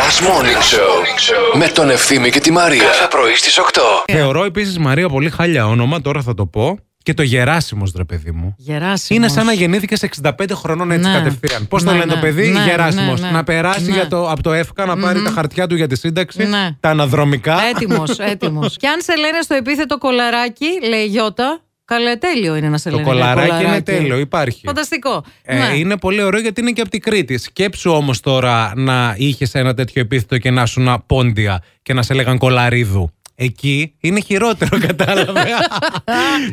Last Morning Show με τον Ευθύμη και τη Μαρία. Κάθε πρωί στις Ε. 8. Θεωρώ επίσης Μαρία πολύ χάλια όνομα, τώρα θα το πω. Και το Γεράσιμος, ρε παιδί μου. Γεράσιμος. Είναι σαν να γεννήθηκε σε 65 χρονών έτσι Ναι. κατευθείαν. Πώς το Ναι, λένε το ναι. παιδί, Ναι, Γεράσιμος. ναι, ναι. Να περάσει Ναι. για το, από το ΕΦΚΑ, να πάρει τα χαρτιά του για τη σύνταξη, Ναι. τα αναδρομικά. Έτοιμος, έτοιμος. και αν σε λένε στο επίθετο κολαράκι, λέει η Γιώτα, καλέ τέλειο είναι να σε Το λένε. για κολαράκι είναι τέλειο, υπάρχει. Φανταστικό. Ε, ναι. Είναι πολύ ωραίο γιατί είναι και από την Κρήτη. Σκέψου όμως τώρα να είχες ένα τέτοιο επίθετο και να ήσουν πόντια και να σε λέγαν κολαρίδου. Εκεί είναι χειρότερο, κατάλαβε.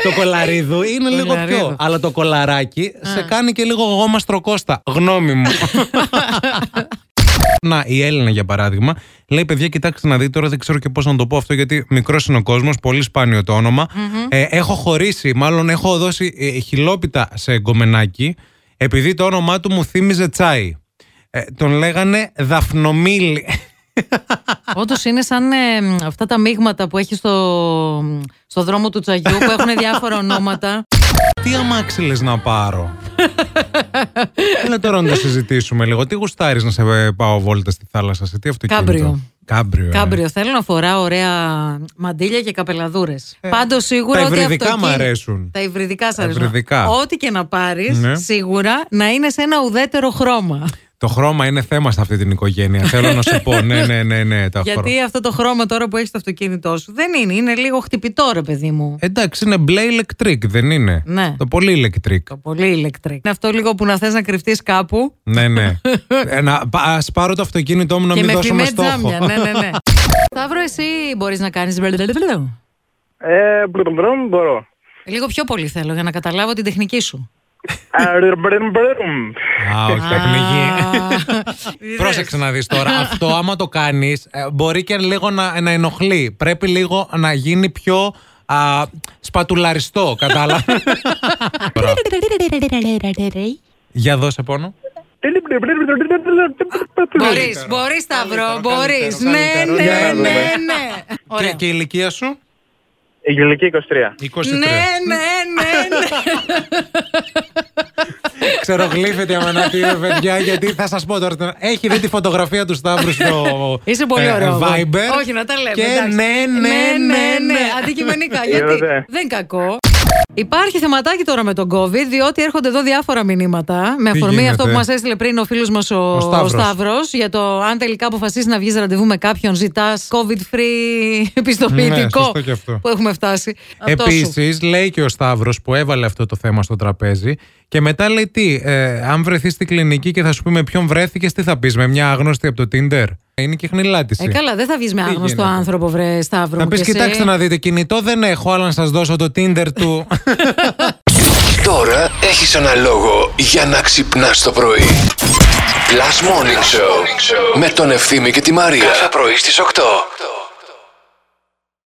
το κολαρίδου είναι λίγο πιο. Κολαρίδου. Αλλά το κολαράκι σε κάνει και λίγο γόμα στροκόστα. Γνώμη μου. Να, η Έλληνα για παράδειγμα, λέει: Παιδιά, κοιτάξτε να δείτε τώρα, δεν ξέρω και πώς να το πω αυτό, γιατί μικρός είναι ο κόσμος, πολύ σπάνιο το ονομα Ε, έχω χωρίσει, μάλλον έχω δώσει ε, χιλόπιτα σε γκομενάκι, επειδή το όνομά του μου θύμιζε τσάι. Ε, τον λέγανε Δαφνομίλη. Όντως είναι σαν ε, μ, αυτά τα μείγματα που έχει στο, στο δρόμο του τσαγιού που έχουν διάφορα ονόματα. Τι αμάξι λες να πάρω. Έλα τώρα να το συζητήσουμε λίγο. Τι γουστάρεις να σε ε, πάω βόλτα στη θάλασσα, σε τι αυτοκίνητο. Κάμπριο. Κάμπριο. ε. Κάμπριο, θέλω να φοράω ωραία μαντίλια και καπελαδούρες. Πάντως σίγουρα Ε, τα ότι υβριδικά αυτοκίνη- μ' αρέσουν. Τα υβριδικά σα αρέσουν. υβριδικά. Ό,τι και να πάρεις, Ναι. σίγουρα να είναι σε ένα ουδέτερο χρώμα. Το χρώμα είναι θέμα σε αυτή την οικογένεια. Θέλω να σου πω. Ναι, ναι, ναι, ναι. Τα χρώματα. Γιατί αυτό το χρώμα τώρα που έχεις στο αυτοκίνητό σου δεν είναι. Είναι λίγο χτυπητό, ρε παιδί μου. Εντάξει, είναι μπλε ηλεκτρικ, δεν είναι. Ναι. Το πολύ ηλεκτρικ. Το πολύ ηλεκτρικό. Είναι αυτό λίγο που να θες να κρυφτείς κάπου Ναι, ναι. ε, να, πα- ας πάρω το αυτοκίνητό μου να και μην με δώσουμε φημέ στόχο. τζάμια. ναι, ναι, ναι. Σταύρο, εσύ μπορείς να κάνεις. Ε, μπρουν, μπρουν, μπορώ. Λίγο πιο πολύ θέλω για να καταλάβω την τεχνική σου. Α, ρ, μπρουν, μπρουν. Α, όχι, παιχνιγεί. Είδες. Πρόσεξε να δεις τώρα. Αυτό άμα το κάνεις ε, μπορεί και λίγο να, να ενοχλεί. Πρέπει λίγο να γίνει πιο α, σπατουλαριστό, κατάλαβα. Ωραία. Για δώσε πόνο. Μπορείς, μπορεί, Σταύρο, μπορεί. Ναι, ναι, ναι, Για να ναι. δούμε. Και, Ωραία. και η ηλικία σου. Η γυλική 23. 23. Ναι, ναι, ναι, ναι. Ξερογλύφεται άμα να πει ρε παιδιά, γιατί θα σας πω τώρα. Έχει δει τη φωτογραφία του Σταύρου στο Είσαι πολύ ε, ωραίο. Viber. Όχι, να τα λέμε. Και εντάξει. ναι, ναι, ναι, ναι. Αντικειμενικά. γιατί Είδατε. δεν κακό. Υπάρχει θεματάκι τώρα με τον COVID, διότι έρχονται εδώ διάφορα μηνύματα. Με Τι αφορμή γίνεται? αυτό που μας έστειλε πριν ο φίλος μας ο, Ο Σταύρος. Σταύρος, για το αν τελικά αποφασίσεις να βγεις ραντεβού με κάποιον, ζητάς COVID-free Ναι, επιστοποιητικό σωστό και αυτό. που έχουμε φτάσει. Αυτό σου. Επίση, λέει και ο Σταύρος που έβαλε αυτό το θέμα στο τραπέζι. Και μετά λέει τι, ε, αν βρεθείς στην κλινική και θα σου πει με ποιον βρέθηκες, τι θα πεις, με μια άγνωστη από το Tinder. Είναι και χνηλάτιση. Ε, καλά, δεν θα βγεις με Τι άγνωστο γίνεται? άνθρωπο, βρε Σταύρο. να μου, πεις, και εσύ. κοιτάξτε να δείτε, κινητό δεν έχω, αλλά να σας δώσω το Tinder του. Τώρα έχεις ένα λόγο για να ξυπνάς το πρωί. Last Morning Show με τον Ευθύμη και τη Μαρία. Κάθε πρωί στις 8.